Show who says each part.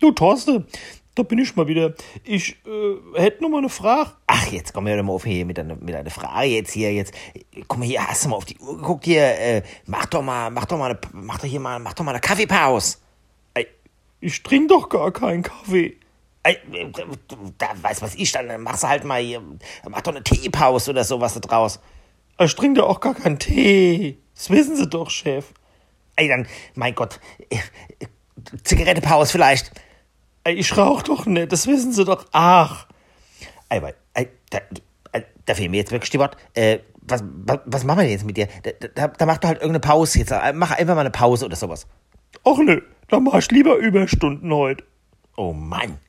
Speaker 1: Du Thorsten, da bin ich mal wieder. Ich äh, hätte noch mal eine Frage.
Speaker 2: Ach, jetzt kommen wir doch mal auf hier mit einer, mit einer Frage jetzt hier, jetzt. Guck mal hier, hast du mal auf die Uhr geguckt hier? Äh, mach doch mal, mach doch mal, eine, mach doch hier mal, mach doch mal eine Kaffeepause.
Speaker 1: Ich trinke doch gar keinen Kaffee.
Speaker 2: Ey, äh, Da weiß was ich, dann machst du halt mal hier, mach doch eine Teepause oder sowas da draus.
Speaker 1: Äh, Ich trinke doch auch gar keinen Tee. Das wissen Sie doch, Chef.
Speaker 2: Ey, dann, mein Gott, äh, äh, Zigarettepause vielleicht.
Speaker 1: Ey, Äh, ich rauche doch nicht. Das wissen Sie doch. Ach,
Speaker 2: Ey, weil, ey, da, ey, da fehlen mir jetzt wirklich die Worte. Äh, was, was, was machen wir denn jetzt mit dir? Da, da, da mach doch halt irgendeine Pause jetzt. Äh, Mach einfach mal eine Pause oder sowas.
Speaker 1: ach nö. Dann mach ich lieber Überstunden heute.
Speaker 2: Oh Mann.